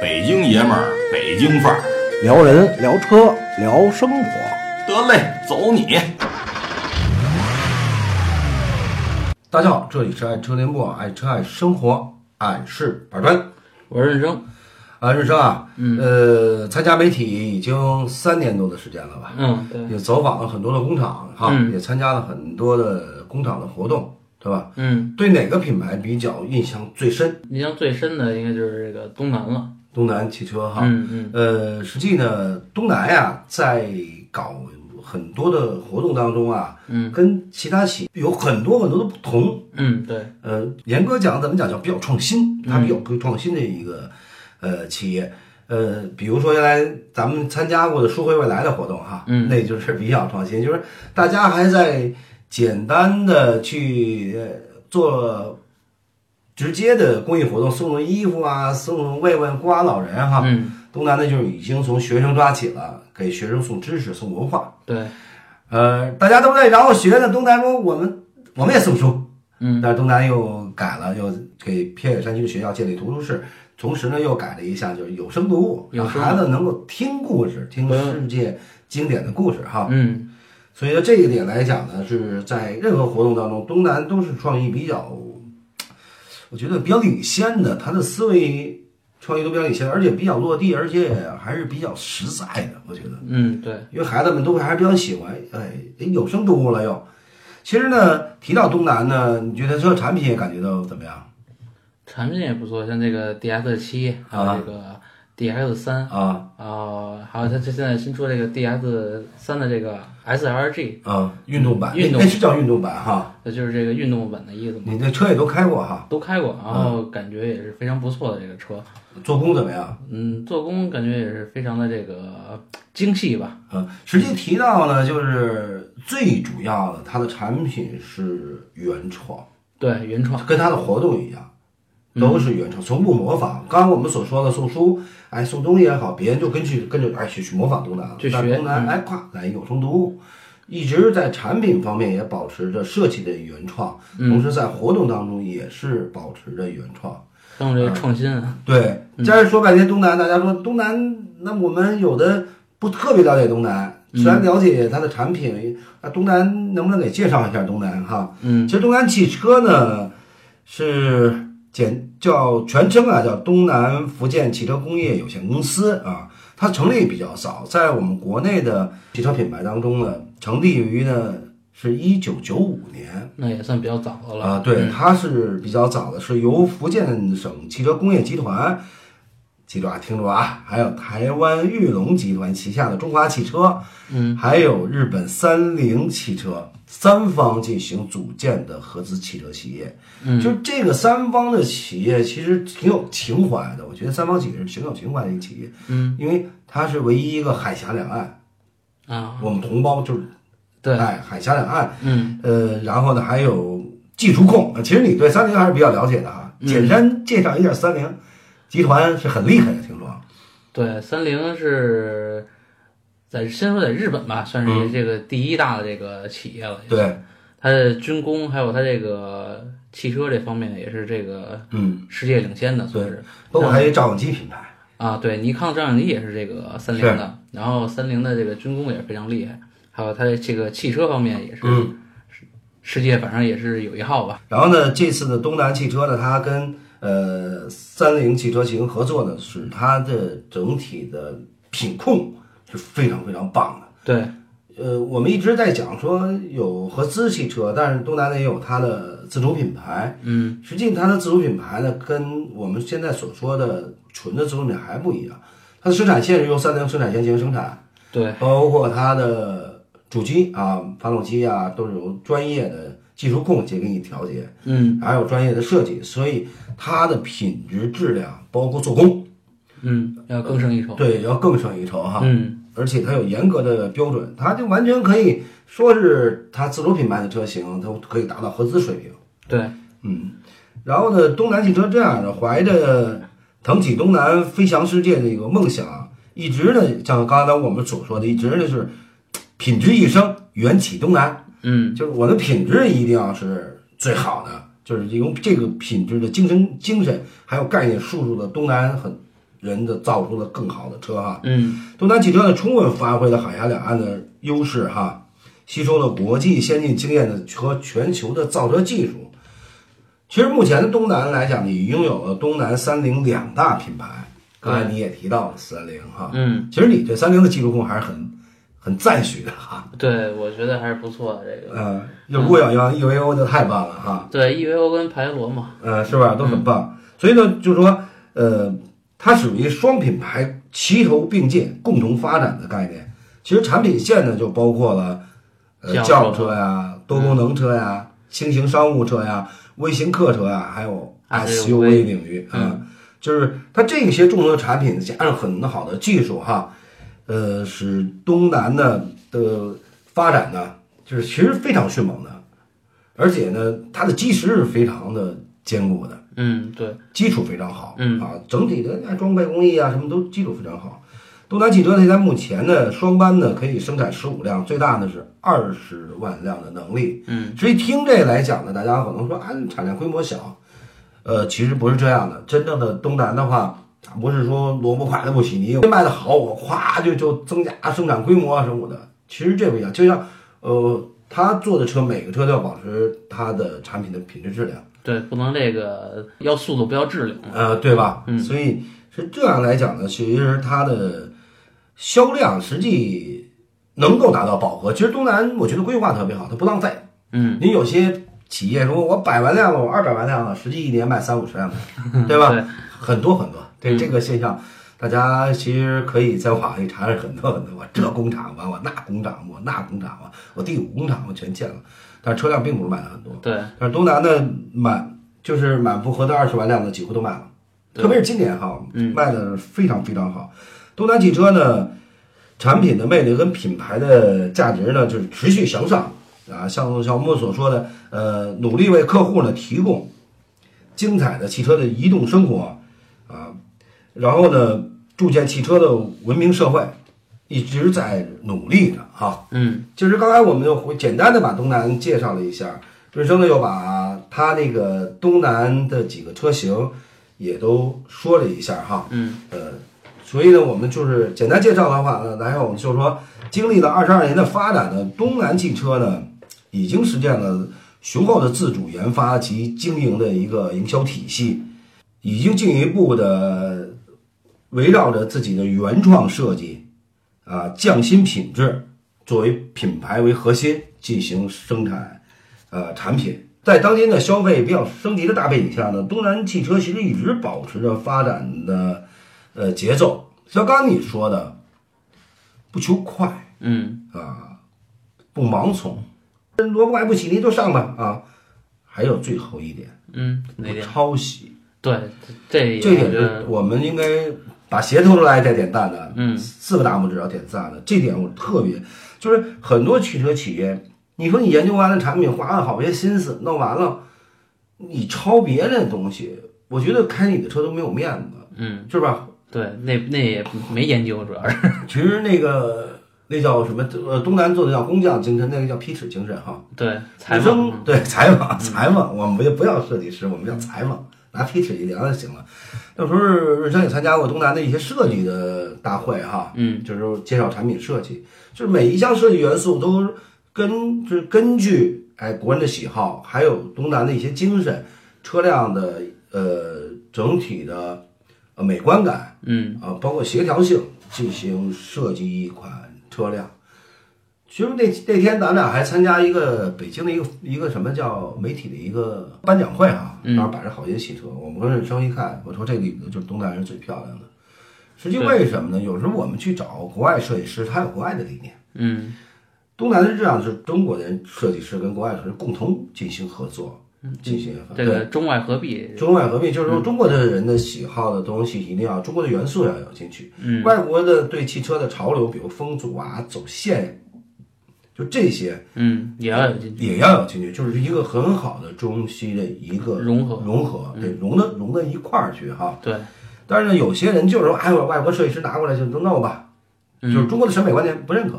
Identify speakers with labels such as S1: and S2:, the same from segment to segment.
S1: 北京爷们儿，北京范儿，
S2: 聊人聊车聊生活。
S1: 得嘞，走你！
S2: 大家好，这里是爱车联播，爱车爱生活，爱是板砖。
S3: 我是任生，
S2: 啊，日升啊，
S3: 嗯
S2: 呃，参加媒体已经三年多的时间了吧？
S3: 嗯，对，
S2: 也走访了很多的工厂哈，
S3: 嗯
S2: 也参加了很多的工厂的活动，对吧？
S3: 嗯，
S2: 对哪个品牌比较印象最深？
S3: 印象最深的应该就是这个东南了。
S2: 东南汽车哈，
S3: 嗯嗯
S2: 呃，实际呢，东南呀，在搞很多的活动当中啊，
S3: 嗯，
S2: 跟其他企有很多很多的不同。
S3: 嗯，对，
S2: 呃，严格讲，咱们讲叫比较创新，
S3: 嗯
S2: 它比较会创新的一个呃企业。呃，比如说原来咱们参加过的“书回未来”的活动哈，
S3: 嗯
S2: 那就是比较创新，就是 大家还在简单的去呃做直接的公益活动，送送衣服啊，送送慰问孤寡老人哈。
S3: 嗯
S2: 东南呢，就是已经从学生抓起了，给学生送知识、送文化。
S3: 对，
S2: 呃，大家都在然后学呢，东南说我们我们也送书，
S3: 嗯
S2: 但是东南又改了，又给偏远山区的学校建立图书室，同时呢又改了一项就是有声读物，
S3: 有
S2: 让
S3: 声
S2: 孩子能够听故事，听世界经典的故事哈。
S3: 嗯
S2: 所以呢，这一点来讲呢，是在任何活动当中，东南都是创意比较，我觉得比较领先的，他的思维创意都比较领先，而且比较落地，而且还是比较实在的，我觉得。
S3: 嗯，对，
S2: 因为孩子们都还是比较喜欢，哎，哎有声读物了又。其实呢，提到东南呢，你觉得这个产品也感觉到怎么样
S3: 产品也不错，像这个 DS 七，还有这个 DS 三，
S2: 啊？
S3: 啊，还有它这现在新出这个 DS 三的这个 SLG，
S2: 啊，运动版，
S3: 运动
S2: 那是叫运动版哈。
S3: 那就是这个运动版的意思嘛。
S2: 你这车也都开过哈，
S3: 都开过，然后感觉也是非常不错的这个车，
S2: 做工怎么样？
S3: 嗯，做工感觉也是非常的这个精细吧，
S2: 啊，实际提到呢，就是最主要的，它的产品是原创，
S3: 对，原创，
S2: 跟它的活动一样。都是原创，从不模仿。刚刚我们所说的送书，哎，送东西也好，别人就跟去跟着哎去去模仿东南了。
S3: 去
S2: 但
S3: 学嗯
S2: 东南哎，夸来有声读物，一直在产品方面也保持着设计的原创，同
S3: 嗯
S2: 时在活动当中也是保持着原创。
S3: 很有这个创新啊，
S2: 对，但是说半天东南，大家说东南，那我们有的不特别了解东南，虽然了解它的产品，那东南能不能给介绍一下东南哈？
S3: 嗯，
S2: 其实东南汽车呢是简叫全称啊叫东南福建汽车工业有限公司啊，它成立比较早，在我们国内的汽车品牌当中呢，成立于呢是一九九五年。
S3: 那也算比较早的了
S2: 啊，对，它是比较早的，是由福建省汽车工业集团，记住啊，听住啊，还有台湾裕隆集团旗下的中华汽车，嗯，还有日本三菱汽车三方进行组建的合资汽车企业。嗯，就这个三方的企业其实挺有情怀的，我觉得三方企业是挺有情怀的一个企业。嗯，因为它是唯一一个海峡两岸，
S3: 啊，
S2: 我们同胞就是
S3: 对，
S2: 哎，海峡两岸，
S3: 嗯，
S2: 呃，然后呢还有技术控，呃其实你对三菱还是比较了解的哈。简单介绍一下三菱集团是很厉害的，听说
S3: 对，三菱是在先说在日本吧，算是这个第一大的这个企业了。
S2: 对，
S3: 它的军工还有它这个汽车这方面也是这个
S2: 嗯，
S3: 世界领先的，算是
S2: 包括还有照相机品牌，
S3: 啊。对，尼康照相机也是这个三菱的，然后三菱的这个军工也是非常厉害，还有它的这个汽车方面也是，世世界反正也是有一号吧。
S2: 然后呢，这次的东南汽车呢，它跟呃三菱汽车进行合作呢，使它的整体的品控是非常非常棒的。
S3: 对，
S2: 呃，我们一直在讲说有合资汽车，但是东南也有它的自主品牌。嗯，实际它的自主品牌呢，跟我们现在所说的纯的自主品牌不一样，它的生产线是由三菱生产线进行生产，
S3: 对，
S2: 包括它的主机啊、发动机啊，都是由专业的技术控去给你调节，
S3: 嗯，
S2: 还有专业的设计，所以它的品质、质量，包括做工，
S3: 嗯，要更胜一筹。
S2: 对，要更胜一筹哈。
S3: 嗯，
S2: 而且它有严格的标准，它就完全可以说是它自主品牌的车型，它可以达到合资水平。
S3: 对，
S2: 嗯，然后呢，东南汽车这样的怀着腾起东南飞翔世界的一个梦想，一直呢，像刚才我们所说的，一直呢是品质一生，缘起东南，
S3: 嗯，
S2: 就是我的品质一定要是最好的，就是用这个品质的精神、精神还有概念输入的东南很人的造出了更好的车哈。
S3: 嗯
S2: 东南汽车呢，充分发挥了海峡两岸的优势哈，吸收了国际先进经验的和全球的造车技术。其实目前的东南来讲，你拥有了东南三菱两大品牌，刚才你也提到了三菱哈，
S3: 嗯，
S2: 其实你对三菱的技术控还是很很赞许的哈，
S3: 对，我觉得还是不错的这个。
S2: 呃，有顾小阳 EVO 就太棒了哈，
S3: 对，EVO 跟牌罗嘛，
S2: 呃，是吧？都很棒。所以呢，就是说，呃，它属于双品牌齐头并进、共同发展的概念。其实产品线呢，就包括了呃
S3: 轿车
S2: 轿车呀、多功能车呀、轻型商务车呀、微型客车呀，啊还有
S3: SUV
S2: SUV 领域啊、就是它这些众多产品加上很好的技术哈，呃，使东南呢的发展呢，就是其实非常迅猛的，而且呢，它的基石是非常的坚固的，
S3: 嗯，对，
S2: 基础非常好，
S3: 嗯
S2: 啊，整体的哎装备工艺啊什么都基础非常好。东南汽车现在目前呢，双班呢可以生产十五辆，最大呢是二十万辆的能力。
S3: 嗯，
S2: 所以听这来讲呢，大家可能说啊，产量规模小，呃，其实不是这样的。真正的东南的话，它不是说萝卜快的不洗泥，卖的好我咵就就增加生产规模啊什么的。其实这不一样，就像呃，他做的车每个车都要保持它的产品的品质质量。
S3: 对，不能这个要速度不要质量。
S2: 呃，对吧？嗯，所以是这样来讲呢，其实它的销量实际能够达到饱和。其实东南我觉得规划特别好，它不浪费。
S3: 嗯，
S2: 您有些企业说我百万辆了，我二百万辆了，实际一年卖三五 十辆，对嗯吧？
S3: 对
S2: 很多很多，这这个现象。大家其实可以在网上一查，很多很多，我这工厂完，我那工厂，我那工厂完，我第五工厂我全建了，但是车辆并不是卖的很多。
S3: 对，
S2: 但是东南呢，满就是满负荷的二十万辆的几乎都卖了，
S3: 对
S2: 特别是今年哈，卖的非常非常好。东南汽车呢，产品的魅力跟品牌的价值呢，就是持续向上啊。像像我们所说的，呃，努力为客户呢提供精彩的汽车的移动生活啊，然后呢，铸建汽车的文明社会，一直在努力啊着哈、
S3: 嗯
S2: 就是刚才我们又回简单的把东南介绍了一下，润生呢又把他那个东南的几个车型也都说了一下哈，
S3: 嗯，
S2: 呃，所以呢，我们就是简单介绍的话呢，然后我们就说，经历了二十二年的发展呢，东南汽车呢已经实现了雄厚的自主研发及经营的一个营销体系，已经进一步的围绕着自己的原创设计啊、匠心品质。作为品牌为核心进行生产，呃，产品。在当今的消费比较升级的大背景下呢，东南汽车其实一直保持着发展的呃节奏。像刚刚你说的，不求快
S3: 嗯，
S2: 啊，不盲从，萝卜白不洗泥就上吧啊。还有最后一点，
S3: 嗯，
S2: 不
S3: 哪点？
S2: 抄袭，
S3: 对，
S2: 这
S3: 这这
S2: 点
S3: 我觉
S2: 是
S3: 得
S2: 我们应该把鞋偷出来再点赞的。
S3: 嗯，
S2: 四个大拇指要点赞的，这点我特别，就是很多汽车企业，你说你研究完了产品，花了好些心思，弄完了，你抄别人的东西，我觉得开你的车都没有面子，
S3: 嗯，
S2: 是吧？
S3: 对，那那也没研究，主要是
S2: 其实那个那叫什么，呃，东南做的叫工匠精神，那个叫皮尺精神哈。
S3: 对采
S2: 女
S3: 访嗯
S2: 生
S3: 嘛。
S2: 对采访采访，我们不不要设计师，我们要采访，拿皮尺一量就行了。那时候润生也参加过东南的一些设计的大会哈，
S3: 嗯，
S2: 就是介绍产品设计，就是每一项设计元素都根就是根据哎国人的喜好，还有东南的一些精神，车辆的呃整体的呃美观感，
S3: 嗯，
S2: 啊，包括协调性进行设计一款车辆。其实那那天咱俩还参加一个北京的一个一个什么叫媒体的一个颁奖会啊，
S3: 嗯
S2: 那儿摆着好些汽车，我们跟任生一看，我说这里头就是东南人最漂亮的。实际为什么呢？有时候我们去找国外设计师，他有国外的理念。
S3: 嗯，
S2: 东南是这样，是中国人设计师跟国外设计师共同进行合作，进行研发。
S3: 嗯这
S2: 对
S3: 个中外合璧，
S2: 中外合并就是说，
S3: 嗯
S2: 中国的人的喜好的东西一定要中国的元素要有进去。
S3: 嗯，
S2: 外国的对汽车的潮流，比如风阻啊、走线，就这些
S3: 嗯，也要有进去。
S2: 也要有进去，就是一个很好的中西的一个
S3: 融合嗯
S2: 融合，对，融到融到一块儿去哈。
S3: 对，
S2: 但是呢，有些人就是说，哎，我外国设计师拿过来就弄吧，就是
S3: 嗯
S2: 中国的审美观念不认可，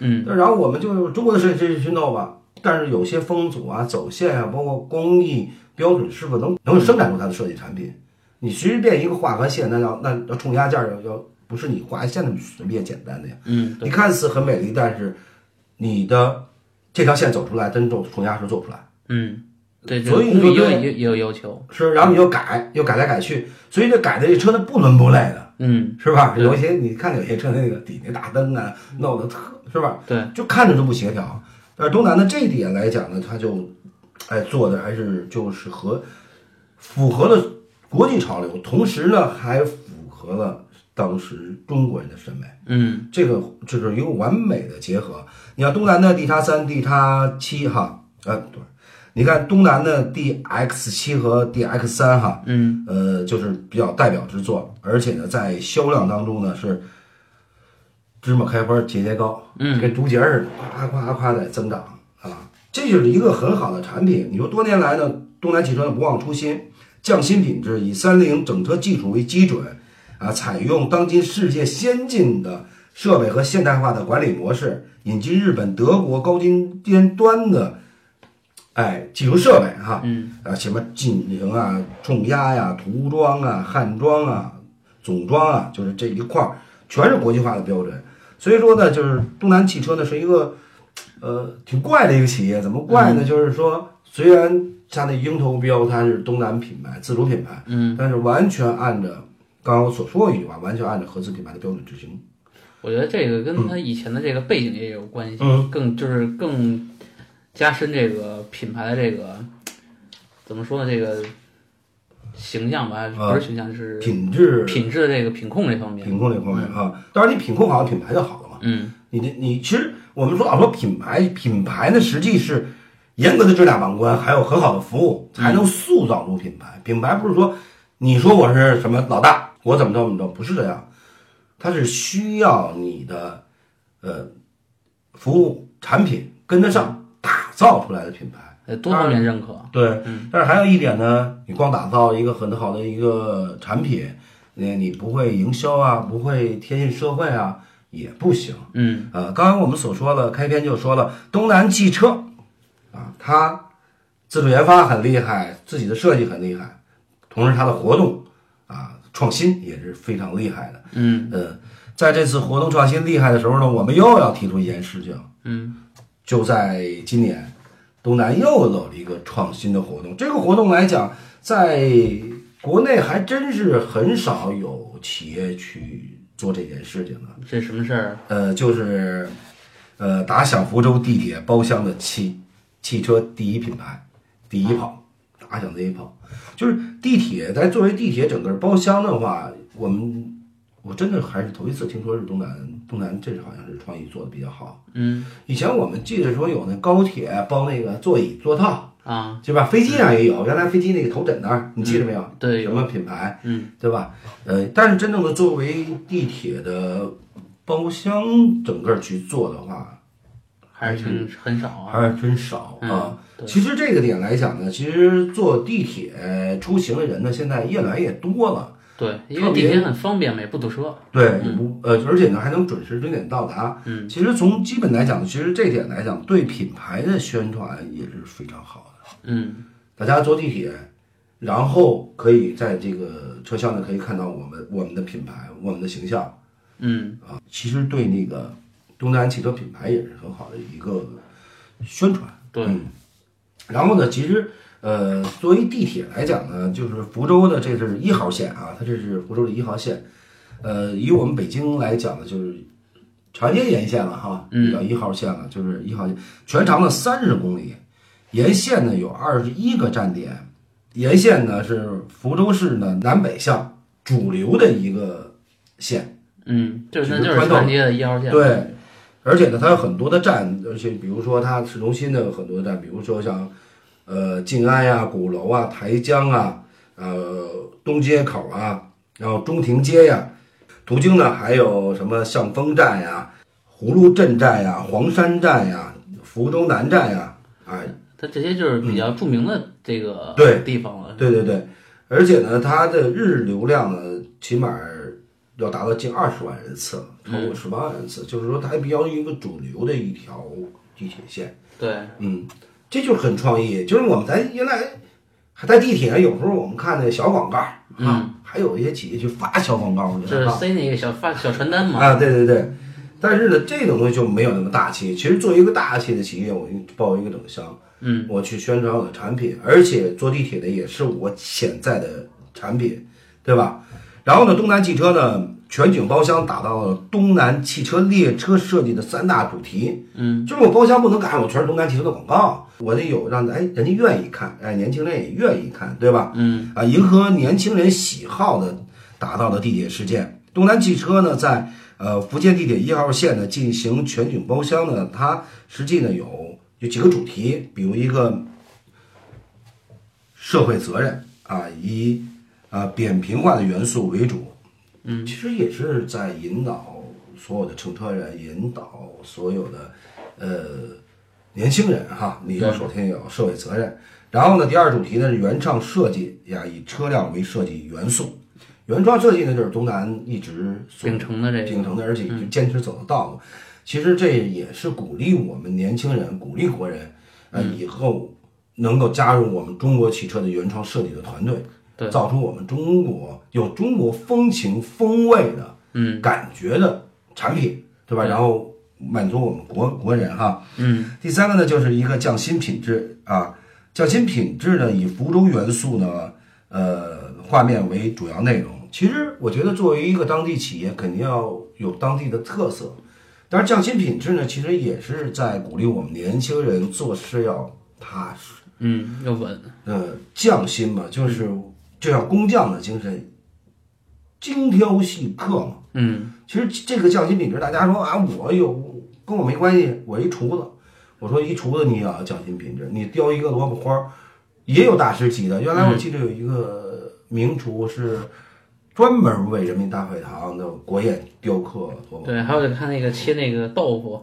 S3: 嗯，
S2: 然后我们就中国的设计师去弄吧，但是有些风阻啊、走线啊，包括工艺标准是否能能生产出它的设计产品，你随便一个画个线，那要那要冲压件儿要要不是你画线那么随便简单的呀。
S3: 嗯，
S2: 你
S3: 对，
S2: 看似很美丽，但是你的这条线走出来，真正冲压时候做不出来。
S3: 嗯，对，
S2: 所以
S3: 就
S2: 你
S3: 工
S2: 就
S3: 艺也
S2: 对
S3: 有也有要求，
S2: 是，然后你又改，又改来改去，所以这改的这车它不伦不类的，
S3: 嗯，
S2: 是吧？
S3: 对嗯
S2: 有一些你看有些车那个底那大灯啊，弄得特是吧？
S3: 对，
S2: 就看着就不协调。但是东南的这一点来讲呢，它就哎做的还是就是和符合了国际潮流，同时呢还符合了当时中国人的审美。
S3: 嗯，
S2: 这个这是一个完美的结合。你看东南的 D 叉三、D 叉七哈，呃，对，你看东南的 DX 七和 DX 三哈，
S3: 嗯，
S2: 呃，就是比较代表之作，而且呢，在销量当中呢是芝麻开花节节高，
S3: 嗯，
S2: 跟竹节儿似的，夸夸夸夸在增长啊，这就是一个很好的产品。你说多年来呢，东南汽车呢不忘初心，匠心品质，以三菱整车技术为基准，啊，采用当今世界先进的设备和现代化的管理模式，引进日本、德国高精尖端的，哎，技术设备哈、
S3: 嗯，
S2: 啊，什么进行啊、冲压呀、涂装啊、焊装啊、总装啊，就是这一块儿全是国际化的标准。所以说呢，就是东南汽车呢是一个，呃，挺怪的一个企业。怎么怪呢？就是说，虽然它的鹰头标它是东南品牌自主品牌，
S3: 嗯，
S2: 但是完全按照刚刚我所说的一句话，完全按照合资品牌的标准执行。
S3: 我觉得这个跟他以前的这个背景也有关系，
S2: 嗯
S3: 更就是更加深这个品牌的这个怎么说呢？这个形象吧，
S2: 啊
S3: 不是形象，就是
S2: 品质、
S3: 品质的这个品控这方面。
S2: 品控这方面啊，当然你品控好，品牌就好了嘛。
S3: 嗯，
S2: 你这你其实我们说啊老说品牌，品牌呢实际是严格的质量把关，还有很好的服务，才能塑造出品牌。品牌不是说你说我是什么老大，我怎么着怎么着，不是这样，它是需要你的呃服务产品跟得上，打造出来的品牌。
S3: 呃，多方面认可。
S2: 对，但是还有一点呢，你光打造一个很好的一个产品，你你不会营销啊，不会贴近社会啊，也不行。
S3: 嗯
S2: 呃，刚刚我们所说了，开篇就说了，东南汽车啊，它自主研发很厉害，自己的设计很厉害，同时它的活动啊创新也是非常厉害的。
S3: 嗯
S2: 呃，在这次活动创新厉害的时候呢，我们又要提出一件事情，
S3: 嗯
S2: 就在今年，东南又有了一个创新的活动。这个活动来讲，在国内还真是很少有企业去做这件事情的。
S3: 这什么事儿？
S2: 呃，就是呃，打响福州地铁包厢的汽汽车第一品牌，第一炮，打响第一炮，就是地铁在作为地铁整个包厢的话，我们我真的还是头一次听说是东南东南，这好像是创意做的比较好。
S3: 嗯
S2: 以前我们记得说有那高铁包那个座椅座套，
S3: 啊，
S2: 对吧？飞机上也有，原来飞机那个头枕那儿，你记得没有？
S3: 嗯对
S2: 什
S3: 有
S2: 么品牌？
S3: 嗯
S2: 对吧？呃，但是真正的作为地铁的包厢整个去做的话，
S3: 还是挺很少啊。
S2: 嗯还是真少啊。
S3: 对
S2: 其实这个点来讲呢，其实坐地铁出行的人呢，现在越来越多了。
S3: 对，因
S2: 特
S3: 为
S2: 别
S3: 地铁很方便嘛，也不堵车。
S2: 对，不呃，而且呢还能准时准点到达。
S3: 嗯，
S2: 其实从基本来讲，其实这点来讲，对品牌的宣传也是非常好的。
S3: 嗯
S2: 大家坐地铁，然后可以在这个车厢呢可以看到我们我们的品牌、我们的形象，
S3: 嗯
S2: 啊，其实对那个东南汽车品牌也是很好的一个宣传。
S3: 对
S2: 嗯然后呢，其实呃，作为地铁来讲呢，就是福州的这是一号线啊，它这是福州的一号线。呃，以我们北京来讲呢，就是长安街沿线了哈，
S3: 嗯
S2: 叫一号线了，就是一号线，全长呢三十公里，沿线呢有二十一个站点，沿线呢是福州市呢南北向主流的一个线。
S3: 嗯，就是那
S2: 就是
S3: 就是
S2: 宽
S3: 长
S2: 道
S3: 安街的一号线。
S2: 对，而且呢，它有很多的站，而且比如说它市中心的很多站，比如说像呃静安呀、鼓楼啊、台江啊、呃东街口啊，然后中庭街呀，途经呢还有什么向丰站呀、葫芦镇站呀、黄山站呀、福州南站呀，哎，
S3: 它这些就是比较著名的这
S2: 嗯
S3: 个
S2: 对
S3: 地方了。
S2: 对对对，而且呢，它的日流量呢，起码要达到近二十万人次了，
S3: 嗯
S2: 超过十八万人次，就是说它比较一个主流的一条地铁线。
S3: 对，
S2: 嗯，这就是很创意，就是我们咱原来还在地铁，有时候我们看那小广告啊，还有一些企业去发小广告，我觉
S3: 嗯就
S2: 得
S3: 是
S2: 啊
S3: 塞那个小发小传单嘛，
S2: 啊，对对对。但是呢，这种东西就没有那么大气。其实做一个大气的企业，我报一个整箱，
S3: 嗯，
S2: 我去宣传我的产品，而且坐地铁的也是我潜在的产品，对吧？然后呢，东南汽车呢，全景包厢打造了东南汽车列车设计的三大主题，嗯，就是我包厢不能改，我全是东南汽车的广告，我得有让哎人家愿意看，哎年轻人也愿意看，对吧？嗯，啊，迎合年轻人喜好的打造的地铁事件。东南汽车呢，在呃福建地铁一号线呢进行全景包厢呢，它实际呢有有几个主题，比如一个社会责任啊，以啊扁平化的元素为主，嗯，其实也是在引导所有的乘车人，引导所有的呃年轻人哈，你要首先有社会责任。然后呢，第二主题呢是原创设计呀，以车辆为设计元素。原创设计呢，就是东南一直所
S3: 秉承的这个嗯
S2: 秉承的，而且一直坚持走的道路。其实这也是鼓励我们年轻人，鼓励国人，呃，
S3: 嗯
S2: 以后能够加入我们中国汽车的原创设计的团队，
S3: 对
S2: 造出我们中国有中国风情风味的，
S3: 嗯，
S2: 感觉的产品，对吧？然后满足我们国国人哈。
S3: 嗯，
S2: 第三个呢，就是一个匠心品质啊，匠心品质呢，以福州元素呢，呃，画面为主要内容。其实我觉得，作为一个当地企业，肯定要有当地的特色。但是匠心品质呢，其实也是在鼓励我们年轻人做事要踏实。
S3: 嗯，又稳，
S2: 呃，匠心嘛，就是就像工匠的精神，精挑细刻嘛。
S3: 嗯，
S2: 其实这个匠心品质，大家说啊，我有跟我没关系，我一厨子。我说一厨子你也要有匠心品质，你雕一个萝卜花儿，也有大师级的。原来我记得有一个名厨是专门为人民大会堂的国宴雕刻萝卜，
S3: 对，还有就看那个切那个豆腐，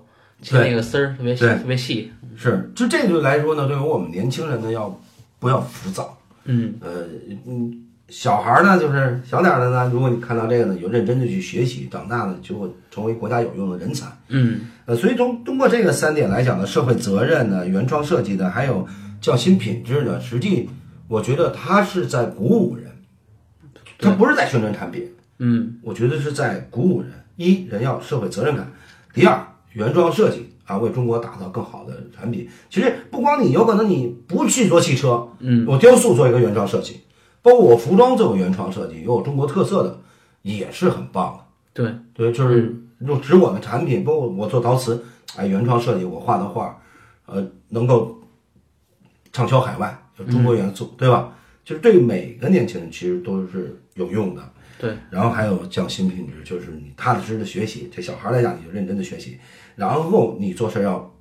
S2: 嗯
S3: 切
S2: 对
S3: 那个丝儿特别细
S2: 对
S3: 特别细，
S2: 是就这就来说呢，对于我们年轻人呢，要不要浮躁？
S3: 嗯，
S2: 呃，嗯，小孩儿呢，就是小点儿的呢，如果你看到这个呢，有认真的去学习，长大呢就会成为国家有用的人才。
S3: 嗯，
S2: 呃，所以从通过这个三点来讲呢，社会责任呢、原创设计呢，还有匠心品质呢，实际我觉得它是在鼓舞人，它不是在宣传产品，
S3: 嗯，
S2: 我觉得是在鼓舞人。一人要有社会责任感，第二原创设计啊，为中国打造更好的产品。其实不光你，有可能你不去做汽车，嗯，我雕塑做一个原创设计，包括我服装做个原创设计，有我中国特色的，也是很棒的。
S3: 对，
S2: 对，就是用指我们产品，包括我做陶瓷，哎，原创设计，我画的画，呃，能够畅销海外，有中国元素，对吧？就是对每个年轻人其实都是有用的。
S3: 对，
S2: 然后还有匠心品质，就是你踏踏实实的学习。这小孩来讲，你就认真的学习，然后你做事要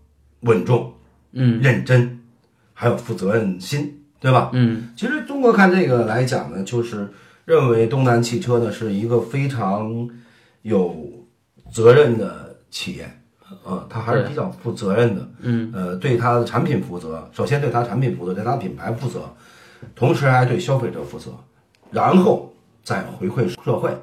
S2: 稳重、
S3: 嗯
S2: 认真，还有负责任心，对吧？
S3: 嗯，
S2: 其实中国看这个来讲呢，就是认为东南汽车呢是一个非常有责任的企业，呃，它还是比较负责任的，嗯，呃，对它的产品负责，首先对它产品负责，对它品牌负责，同时还对消费者负责，然后再回馈社会，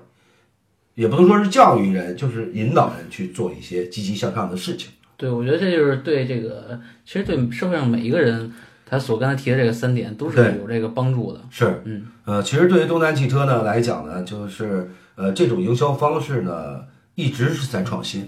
S2: 也不能说是教育人，就是引导人去做一些积极向上的事情。
S3: 对，我觉得这就是对这个，其实对社会上每一个人，他所刚才提的这个三点都是
S2: 对
S3: 有这个帮助的。
S2: 是，嗯，呃，其实对于东南汽车呢来讲呢，就是呃，这种营销方式呢，一直是在创新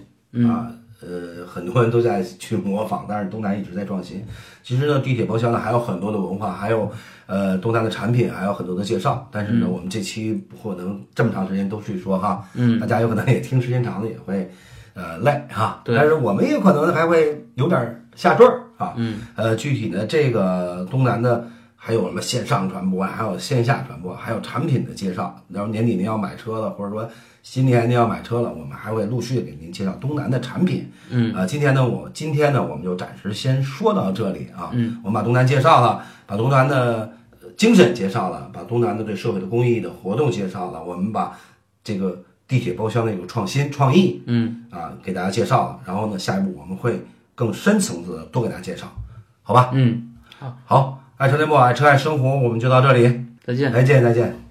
S2: 啊，呃，很多人都在去模仿，但是东南一直在创新。其实呢，地铁包厢呢还有很多的文化，还有呃东南的产品，还有很多的介绍。但是呢，我们这期不可能这么长时间都去说哈，嗯，大家有可能也听时间长了也会呃累哈，
S3: 对
S2: 但是我们也可能还会有点儿下坠儿啊，嗯，呃，具体呢，这个东南的还有什么线上传播，啊还有线下传播，还有产品的介绍。然后年底您要买车了，或者说新年您要买车了，我们还会陆续地给您介绍东南的产品。嗯，啊、今天呢，我今天呢，我们就暂时先说到这里啊。嗯，我们把东南介绍了，把东南的呃精神介绍了，把东南的对社会的公益的活动介绍了，我们把这个地铁包厢的一个创新创意，嗯，啊，给大家介绍了。然后呢，下一步我们会更深层次的多给大家介绍，好吧？
S3: 嗯，
S2: 好，爱车联播，爱车爱生活，我们就到这里，
S3: 再见。
S2: 再见，再见。